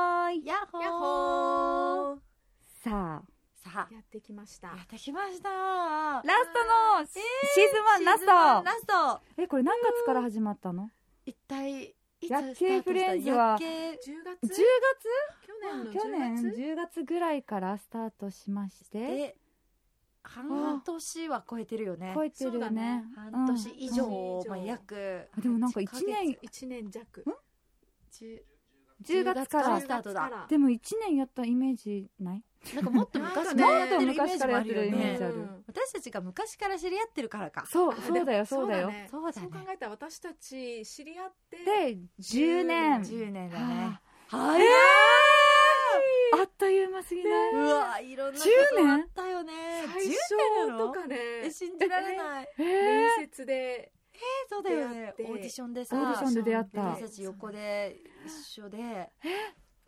っほーやっほーさあ、さあやってきましたやってきましたラストのシーズンワンラシーズンワンスラストトえ、これ何月から始まったの一体いつスター夜景トしたフレンズは夜景10 ?10 月月去年の10月去年10月ぐらいからスタートしまして、で半年は超えてるよね超えてるよね。半年以上、うんうんまあ、約あでもなんか一年、 1年弱10 10月か10ら月ス。タートだ10でも1年やったイメージないなん かもっと昔からやってるイメージもあるよイメーねジあるうん私たちが昔から知り合ってるからかそう、あそうだよ、そうだよ。ねそうだね考えたら私たち知り合ってで、10年。 10年だねは早い、ああっという間すぎないうわいろんなこ10と年あったよね10最年な初のとかねえ信じられないえ面ー接でえそうだよね出会ってオーディションでさオーディションで出会った私たち横で一緒で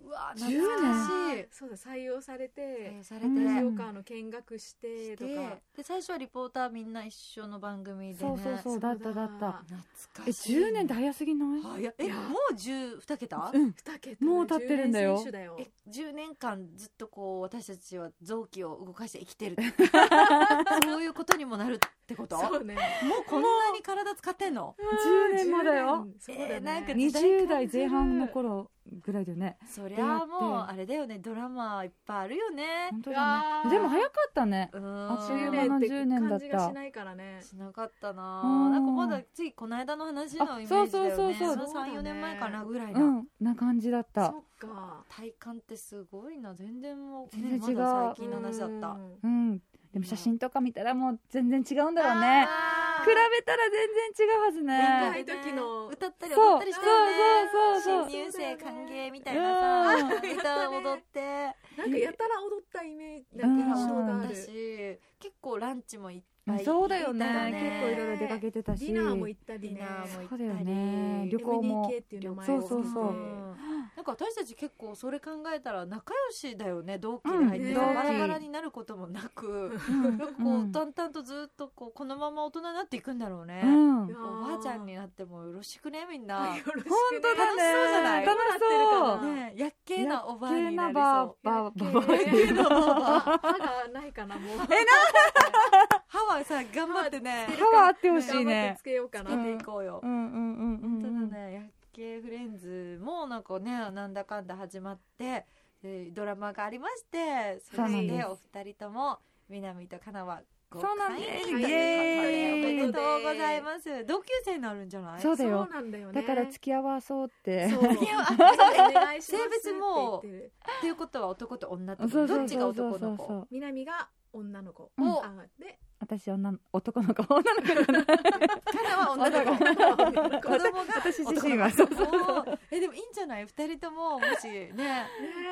うわ10懐かしいそうだ採用され採て用されうてんラジオカーの見学ししててとかで最初はリポーターみんな一緒の番組でそねうそうそう、だっただった。懐え、かしい10年って早すぎない早いえもう10 2桁うん。二桁もう経ってるんだよ10年選手だよえ10年間ずっとこう私たちは臓器を動かして生きてるそういうことにもなるってこともそうねうこんなに体使ってんの10年もだよ。 10年そうだねえーなんかね時代感じる20代前半の頃ぐらいだよね。そりゃ出会っあもうてあれだよねドラマいっぱいあるよね本当うだわーね。でも早かったね。うあそういーうんものって10年だった感じがしないからねしなかったなうんなんかまだついこの間の話のイメージだよねあそうそうそうそう34年前かなぐらいな、うん。な感じだった。そっか体感ってすごいな全然もう、ね、全然違うまだ最近の話だっうたんうん。でも写真とか見たらもう全然違うんだろうね。あー比べたら全然違うはず若ね。い時の歌ったりそう踊ったりしてねそうそうそうそう新入生歓迎みたいなさ、うん歌を踊ってなんかやたら踊ったイメージだなかんから印象踊がっあたるし結構ランチもいっぱいそうだよね行った結構いろいろ出かけてたし。ディナーも行ったりディねナーも行ったりそうだよね旅行も MDK っていう名前そをうそうそううんなんか私たち結構それ考えたら仲良しだよね同期で入ってうんバラねバラになることもなく、うんなんかこう淡々とずっとこうこのまま大人になっていくんだろうね、うん。うんいやーおばあちゃんになってもよろしくねみんな、よろしくね本当だね。楽しそうじゃない楽しそう。ねえやっけえなおばあになりバそーうバーバやっけーーバー歯がないかなもう歯はさ頑張ってね歯はあってほしい頑張っねてつ。けようかな頑張っていこうよ、うんうんうんうんうん。ただね「やっけフレンズ」もなんかねなんだかんだ始まってでドラマがありましてそそうなしんてですお二人とも南とかなはごそうなん会です員ということイエーイでおめでとうございます同級生になるんじゃないそうだよそうなんだよねだから付き合わ そうって。そう付き合わお願いしますって性別も言ってるっていうことは男と女ってそうことそうどっちが男のそうそうそ子う南が女の子おあで私女の男の子女の子だなかなは 女の子女 の子子供が私自身はそうそうおーえでもいいんじゃない二人とももしね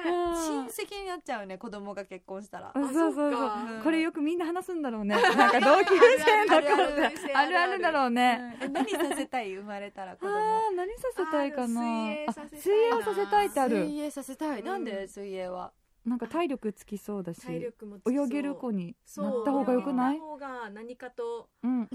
親戚になっちゃうね子供が結婚したらう。んあそうそうそそっうかこれよくみんな話すんだろうねなんか同級生のあるあ頃るであるあるだろうねうんえ何させたい生まれたら子あ供あー何させたいかなあーでも水泳さあ水泳をさせたいなせたいってある水泳させたいなんうでん水 泳はなんか体力つきそうだし体力もつきそう泳げる子にそうなった方がよくない泳げた方が何かとうんうん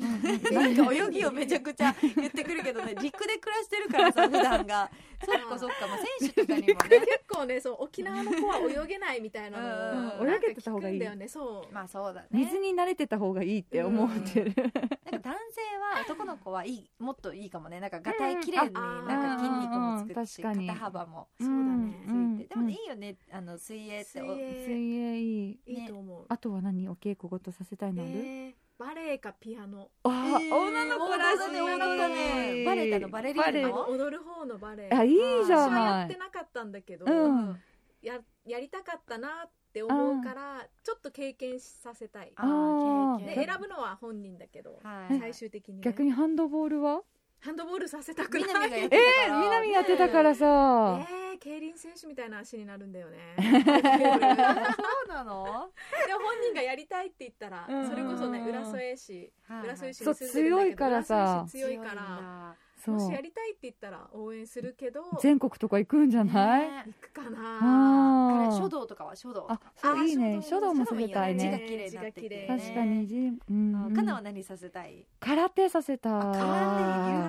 なんか泳ぎをめちゃくちゃ 言ってくるけどね陸で暮らしてるか らさ普段がそっかそっか、まあ、選手とかにもでね結構ねそう沖縄の子は泳げないみたいなのうんを泳げてた方がいいなんか聞くんだよねそうまあそうだね水に慣れてた方がいいって思ってるなんか男性は男の子はいいもっといいかもねなんかがたい綺麗にうんうんあなんか筋肉もつくしうんうんうん確かに肩幅もそうだねついて、うんでもうねんいいよねあの水泳って水お水泳泳いいいいと思うあとは何お稽古ごとさせたいのある、えーバレエかピアノあえーー女の子らしい女の子だねバレエだのバレリバーナのレエあのの踊る方のバレエあいいじゃ私はなやっいてなかったんだけど、うんややりたかったなって思うからちょっと経験させたいあーあー経で験選ぶのは本人だけど、はい最終的に、ね、逆にハンドボールはハンドボールさせたく南ながいやってえたからー、南やってたからさ、えー、競輪選手みたいな足になるん だよねでも本そうなの人がやりたいって言ったらうんそれこそね浦添市浦添市そうに住んでるんだけ強どいからさ浦添市強いからそもうしやりたいって言ったら応援するけど行全国とか行くんじゃ強いんだない、ねくかなああれー書道とかは書道あそういいね書道もさせたい字がね綺麗になってきてね綺麗確かに字、うんうんカナは何させたい空手させたあ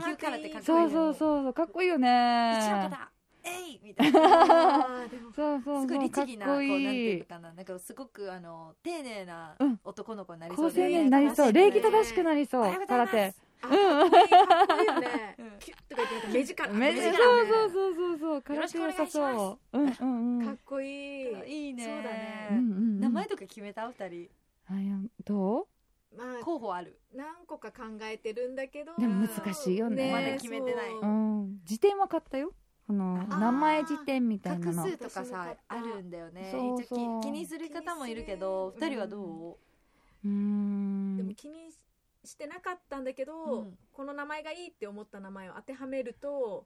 空手有給空手かっこいいそうよねそうそうそうかっこいいよ一のね方えいみみた いな。あーでもそうそうすごいそう律かっ儀なここうなんていいういかななんかすごくあの丁寧なうん男の子になり高そ青うで、年になりそう礼儀正しくなりおそはよううござ空います手あかっこいいかっこいいよ ねうんキュッとか言って目力めっっちちゃゃいいそうそうそうそうそうよろ空し手くお願良いしまさすそううんうんうんかっこいいいいねそうだねうんうん名前とか決めたお二人うんあいやどうまあ候補ある何個か考えてるんだけどでも難しいよねえまだ決めてないそううん辞典は買ったよこのあー名前辞典みたいな画の数とか私も買さったあるんだよねそうそう一応き気にする方もいるけど気にす二る人は どううーんでも気にしてなかったんだけど、うんこの名前がいいって思った名前を当てはめると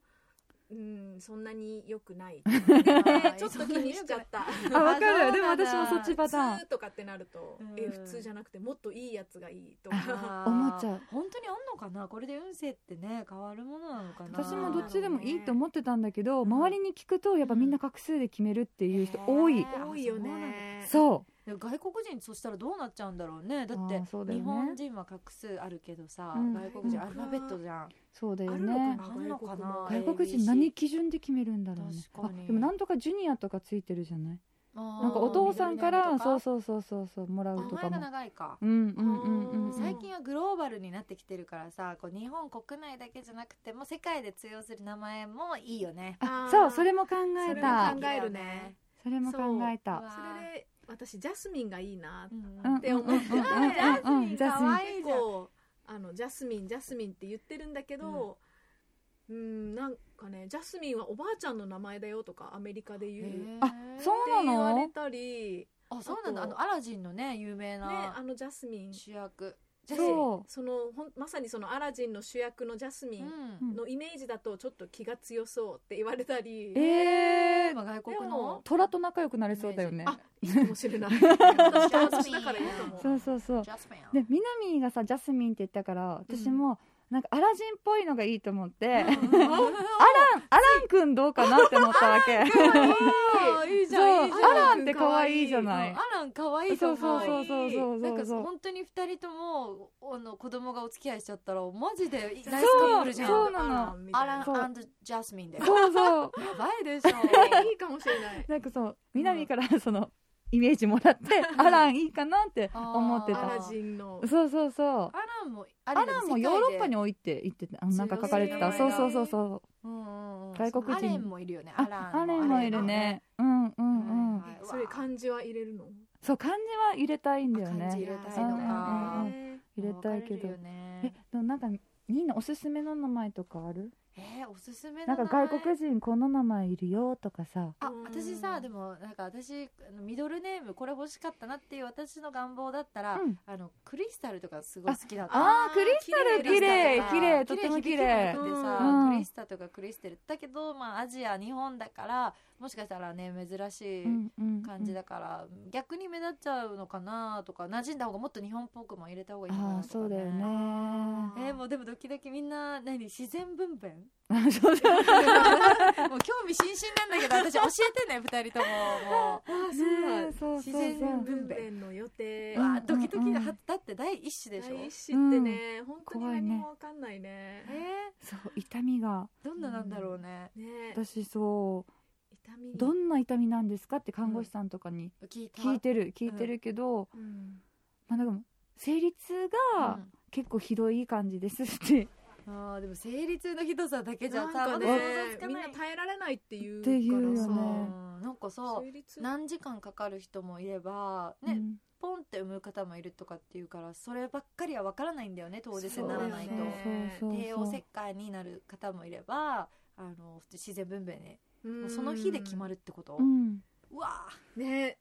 うんそんなに良くない ちょっと気にしちゃった あわかあるでもそうなんだ私もそっちパターン普通とかってなると、うんえ普通じゃなくてもっといいやつがいいとかあー思っちゃう本当にあんのかなこれで運勢ってね変わるものなのかな私もどっちでもいいと思ってたんだけどん周りに聞くとやっぱみんな画数で決めるっていう人多いへー多いよねそでも外国人そしたらどうなっちゃうんだろうねだっあてーそうだよ日ね本人は画数あるけどさ、うん外国人アルファベットじゃん、うそうだよあるのかねなあんのかな外国人何基準で決めるんだろうね確かにあでもなんとかジュニアとかついてるじゃないななんかお父さんからそううそうそうそうそうもらうと名か前がも長いかうんうんうんうんうんあー最近はグローバルになってきてるからさこう日本国内だけじゃなくてもう世界で通用する名前もいいよねああーそうそれも考そえれもた考えるねそれも考えうたわそれで私ジャスミンがいいなううんんって思ってうんうんうんうんうんジャスミン可愛い結じゃん構あのジャスミンジャスミンって言ってるんだけどうんなんかねジャスミンはおばあちゃんの名前だよとかアメリカで言うってへーあそう言わなれのたりあそうなんだああとのアラジンのね有名ねあなのジャスミン主役でそうそのほんまさにそのアラジンの主役のジャスミうンんのイメージだとちょっと気が強そうって言われたりえええーまあ外国でのも虎と仲良くなれそうだよねあいいかもし れない私は私だからいいかもそうそうそうジャスミンでみなみがさジャスミンって言ったからうん私もなんかアラジンっぽいのがいいと思って、アランくんどうかなって思ったわ けあいいじそうゃんいいじゃんアランって可愛いじゃないアラン可愛いとそ思うそうそうそうそうなんそうかそう本当に二人ともあの子供がお付き合いしちゃったらマジでナイスカップそうルじゃそうんなのみたアいなランそうジャスミンでやそうそうばいでしょいいかもしれないなんかそう南からそのイメージもらってアランいいかなって思ってアたラジンのそうそうそうアランもアアランもヨーロッパに置いて行っててあなんか書かれてた強そいそううそうそう外外国人アレンもいるよねアラあンアレンもいるねうんうんうんはいはいそれ漢字は入れるのそう漢字は入れたいんだよ漢字入ねれたいのかうんうん入れたいけどわかれるよえねでもなんかみんなおすすめの名前とかあるえーおすすめなのん名か前外国人この名前いるよとかさあうん私さでもなんか私あのミドルネームこれ欲しかったなっていう私の願望だったら、うんあのクリスタルとかすごい好きだったあークリスタル綺麗ク綺リス麗タルとても綺麗響きが良くてさ、うんクリスタとかクリステルだけど、まあ、アジア日本だからもしかしたらね珍しい感じだから、逆に目立っちゃうのかなとか馴染んだ方がもっと日本っぽくも入れた方がいいのかあなあとか、ね、そうだよね えーもうでもドキドキみんな何自然分娩あそうだよね もう興味津々なんだけど私教えてね2人とももう。そうそう自そう然そう文弁の予定うわんあドキドキだうんはだって第一子でしょ第え一子ってね本当に怖い何ねもわかんないねそう痛みがーどんななんだろうねね私そう痛みどんな痛みなんですかって看護師さんとかに聞いた聞いてる聞いてるけどうんまあなんかもう生理痛がうん結構ひどい感じですってあーでも生理痛のひどさだけじなゃんさかまだね想像つかみんなない耐えられないっていうって言うよそねうなんかさ生理痛何時間かかる人もいればねうんポンって産む方もいるとかっていうからそればっかりはわからないんだよね当日そうにならないとだよねそうそう帝そう王切開になる方もいればあの普通自然分娩ねうんその日で決まるってことうんうわね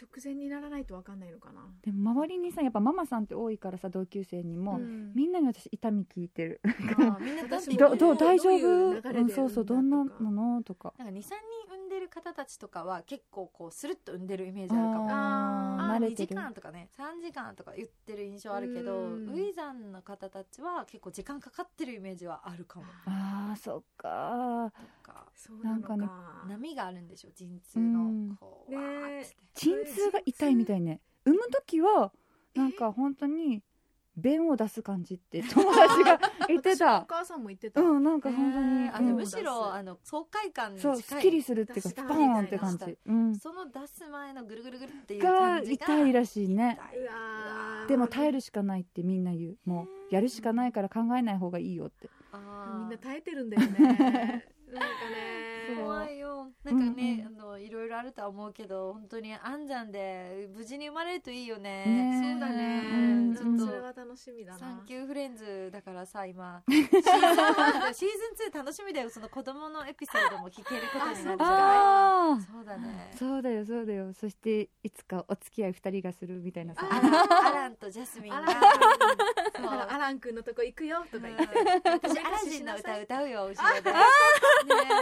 直前にならないとわかんないのかなでも周りにさやっぱママさんって多いからさ同級生にも、うんみんなに私痛み聞いてるー あーみんなだってえどどどうう大丈夫どういう流れでうん、そうそうどんなのとかなんか23人産んでる方たちとかは結構こうスルッと産んでるイメージあるかもあーあ慣ーれ2て時る間とかね3時間とか言ってる印象あるけどうんウイザンの方たちは結構時間かかってるイメージはあるかもあーそっかなんかそうなのかなん波があるんでしょ陣痛うのんこうねわえーって鎮痛が痛いみたいね産む時はなんか本当に便を出す感じって友達が言って私のおた。母さんも言ってた、うん、なんか本当に。あうのんむしろあの爽快感にそ近う、いすっきりするっていうか、ス確ポかにーンって感じ。うん。その出す前のぐるぐるぐるっていうが感じが痛いらしいね。痛うわーでも耐えるしかないってみんな言う。もう、やるしかないから考えない方がいいよって。あーみんな耐えてるんだよ ねなんかそうね怖いよなんかね、うあのいろいろあるとは思うけど本当に安産で無事に生まれるといいよねねそうだね、うんちちょょっっととそれは楽しみだなサンキューフレンズだからさ今シーズン1シーズン2楽しみだよその子供のエピソードも聞けることになるじゃあないそうだねあそうだよ、そうだよ。そして、いつかお付き合い二人がするみたいなさ。アランアランとジャスミンアがランそ君うほ らアラン君のとこ行くよとか言って、私アラジンの歌歌うよ後ろで。ね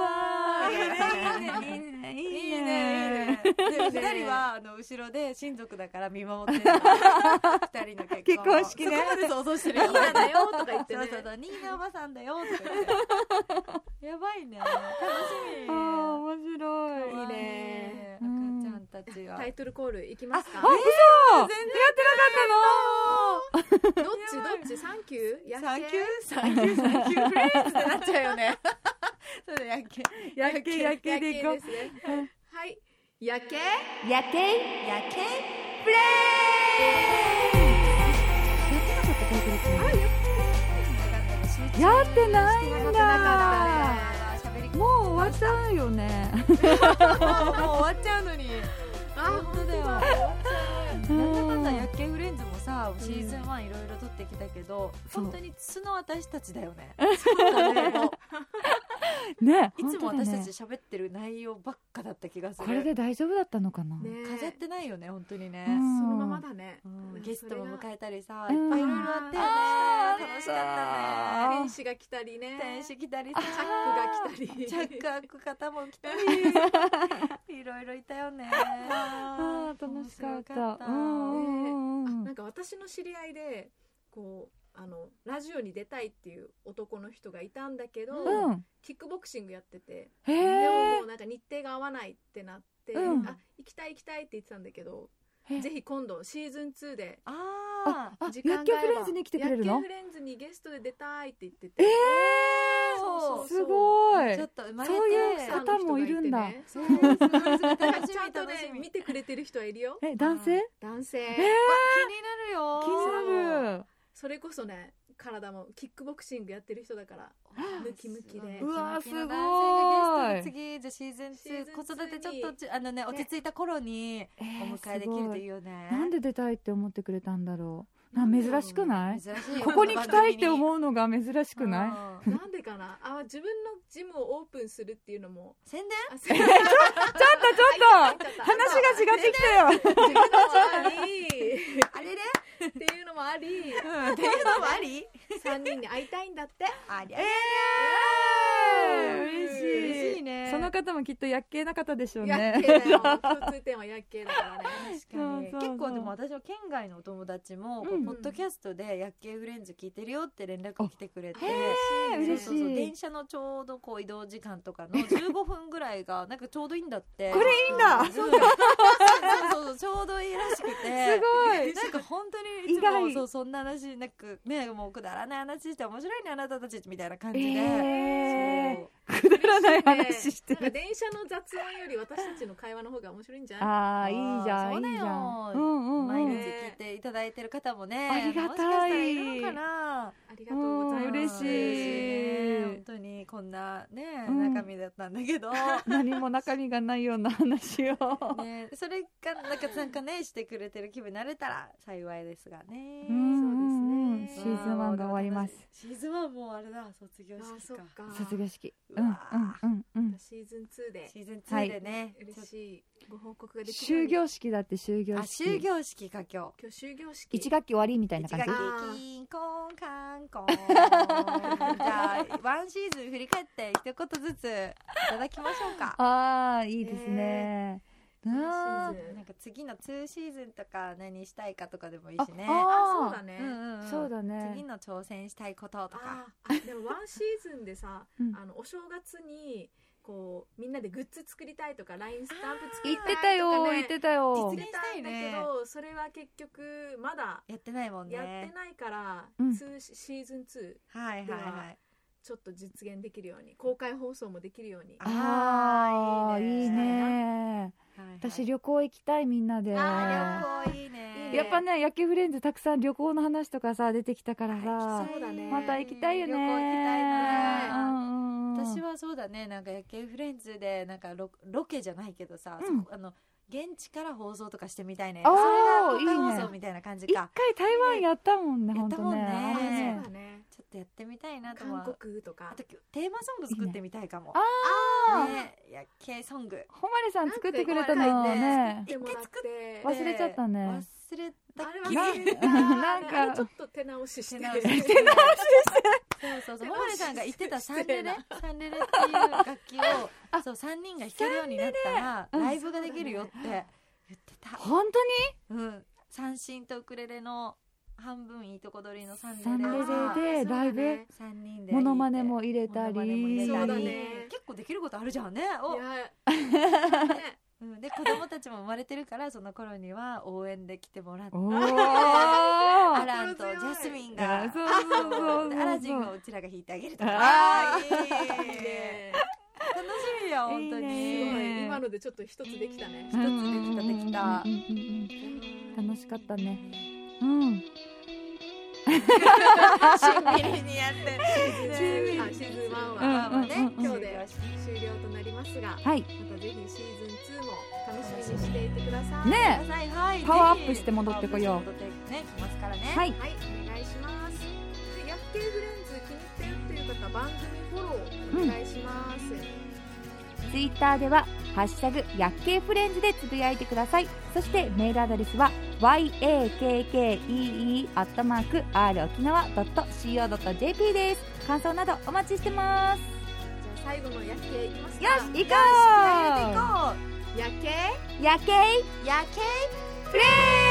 え。いいねいいねいいね。で二人はあの後ろで親族だから見守ってる。二人の結婚結婚式ねそこまで想像してるよ。ニーナだよとか言ってねそうそうそうニーナおばさんだよとか言って。やばいね。楽しみ。ああ、面白い。いいね可愛い赤ちゃんたちが。タイトルコール行きますかあ、どっ嘘全然やってなかったの。ちどっちサンキュー野サン生キューサンキューサンキューフレーズってなっちゃうよね。そうだ、やけ。やけやけでいこう野。球ですねはいやけやけやけフレあーズややってないんだ喋りもう終わっちゃうよね。もう終わっちゃうのに。あ本当だよなんだかんだやっけフレンズもさ、シーズン1いろいろ撮ってきたけど、そう本当に素の私たちだよね。 ね、いつも本当私だたねち喋ってる内容ばっかだった気がする。これで大丈夫だったのかな。ね飾ってないよね、本当にね。うんそのままだねうんゲストも迎えたりさ、ういっんぱいいろいろあったあよーね。楽しかったね。天使が来たりね天チ使来たりさ、ャックが来たりチャック開く方も来た り、いろいろいたよね。あー楽しかっ面白た。うんうんうんうなんん。か私の知り合いでこうあのラジオに出たいっていう男の人がいたんだけど、うん。キックボクシングやってて、へでもえもう。なんか日程が合わないってなって、うんあ行きたい行きたいって言ってたんだけど、へえぜひ今度シーズン2でああ、時間薬が局合えフばレンズに来てくれる薬の局。フレンズにゲストで出たいって言ってて、えあ、そうえ。そうすごちょいっ。と生まれてそういう奥さん方もいるんだの人がいてねそうす ごいすごい楽しみだからちゃんと楽ねしみ。見てくれてる人はいるよえ、男性。男性、わ気気になるよ。になる。それこそね体もキックボクシングやってる人だからムキムキでうわムキムすキのごい男性がゲストで次じゃあシーズンシーズン2ツ子ー育てちょにっとちあのね落ち着いた頃にえーお迎えできるといいよねすごいなんで出たいって思ってくれたんだろう。ななんでだろうね珍しくない。珍しいよここに来たいってこの番組に思うのが珍しくない。うん なんでかなあ自分のジムをオープンするっていうのも宣伝あそうちょょっっと話が違ってき たよ。自分のもありっあれれていうのもありっていうのもあり三人に会いたいんだってありゃえー嬉しい嬉しいねその方もきっと薬系な方でしょう夜ね。景だよ共通点は夜景だから確ねかにそうそうそう結構でも私の県外のお友達も、うんポッドキャストで「薬系フレンズ聞いてるよ」って連絡来てくれてあへそーう嬉しいそうそう電車のちょうどこう移動時間とかの15分ぐらいが なんかちょうどいいんだってこれいいんだそうそうそうそうちょうどいいらしくてすごい。なんか本当にいつ意外もそうそんな話なんかねもうくだらない話して面白いねあなたたちみたいな感じで、えーそうくだらない話してなんる。か電車の雑音より私たちの会話の方が面白いんじゃないああ、いいじゃん、そいうだよいじゃん。うんうんうん。毎日ね聞いていただいてる方もね、ありがたいもしかしたらいるのかな。ありがとうございますうん嬉しい嬉しいね本当にこんなね、うん中身だったんだけ ど。何も中身がないような話を。ね、それがなんか参加ねしてくれてる気分になれたら幸いですがね。うんそううんうんですシねーズンワンが終わります。シーズンワンもうあれだ卒業あーそ式っか。か卒業式。ううんうんわうんうん。シーズン2でシーズン2でね。嬉しいご報告ができるよ終うに業式だって終業あ式。終業式か今日。今日終業式一学期終わりみたいな一感じ学期あ。ーキンコンカンコンじゃあワンシーズン振り返って一言ずついただきましょうかああ、いいですね。なワあンシーズンなんか次の2シーズンとか何したいかとかでもいいあしねあそうだね。ね、うんうんんそうだね、次。の挑戦したいこととかあーあでもワンシーズンでさうんあのお正月にこうみんなでグッズ作りたいとか LINE スタンプ作言りったいてとか、たね、よ、言ってたよ実。現したいんだけど、それは結局まだやってないもんねやってないから、うんツーシーズン2はいはいはいちょっと実現できるように公開放送もできるようにああ、ーいいね。はいはい私旅行行きたいみんなで。やあー旅行いいねいいっぱね、野球フレンズたくさん旅行の話とかさ、出てきたから行さき。そうだねまた行きたいよね。旅行行きたいねうんうんうん私はそうだねなんか夜景フレンズでなんかロロケじゃないけどさ、うんそこあの現地から放送とかしてみたいねあそーれが公開いい放ね送みたいな感じ一か回台湾やったもんね、や本った当もんね。ねあれそねうだねちょっとやってみたいなとは韓国とかあとテーマソング作ってみたいかもいいねあーね夜景ソングほまりさん作ってくれたなんのかね。でもらっ一て忘れちゃったね忘れたあれきり忘れた なんかあれちょっと手直しして手直ししてそうそうそう桃井さんが言って たサンレレサンレレっていう楽器をそう3人が弾けるようになったサンレレうらんライブができるよって言ってた本当にうん三振とウクレレの半分いいとこ取りのサンレレサンレはレでライそうだブね三人でモノマネも入れモノたマり。ネも入れそたうりだね結構できることあるじゃんねいおやねうんで子供たちも生まれてるからその頃には応援で来てもらっておお。アあランとジャスミンいがやそうそうそうそうでアラジンをうちらが弾いてあげるとかあいいね楽しみよいい本当すにねごえーい今のでちょっと一つできたねう。ん一つできたできた楽しかったね。うん。し んみりにやってシーズンあシーズうン1んまあはまあねうん今今日日でで終了となりますが、まはい。たぜひシーズン2も楽しみにしていてください。ねはいパワーアップして戻ってこようパワーアップして戻ってね来ますからねえ。はい。はい、お願いします。で、薬系フレンズ気に入ったよという方、番組フォローお願いします。ツイッターでは「ハッシュタグ薬系フレンズ」でつぶやいてくださいそしてメールアドレスは yakkee.rokinawa.co.jp です感想などお待ちしてますじゃあ最後の薬系いきますか。よし行こ気合い入れていこう薬系う薬系夜景フレンズ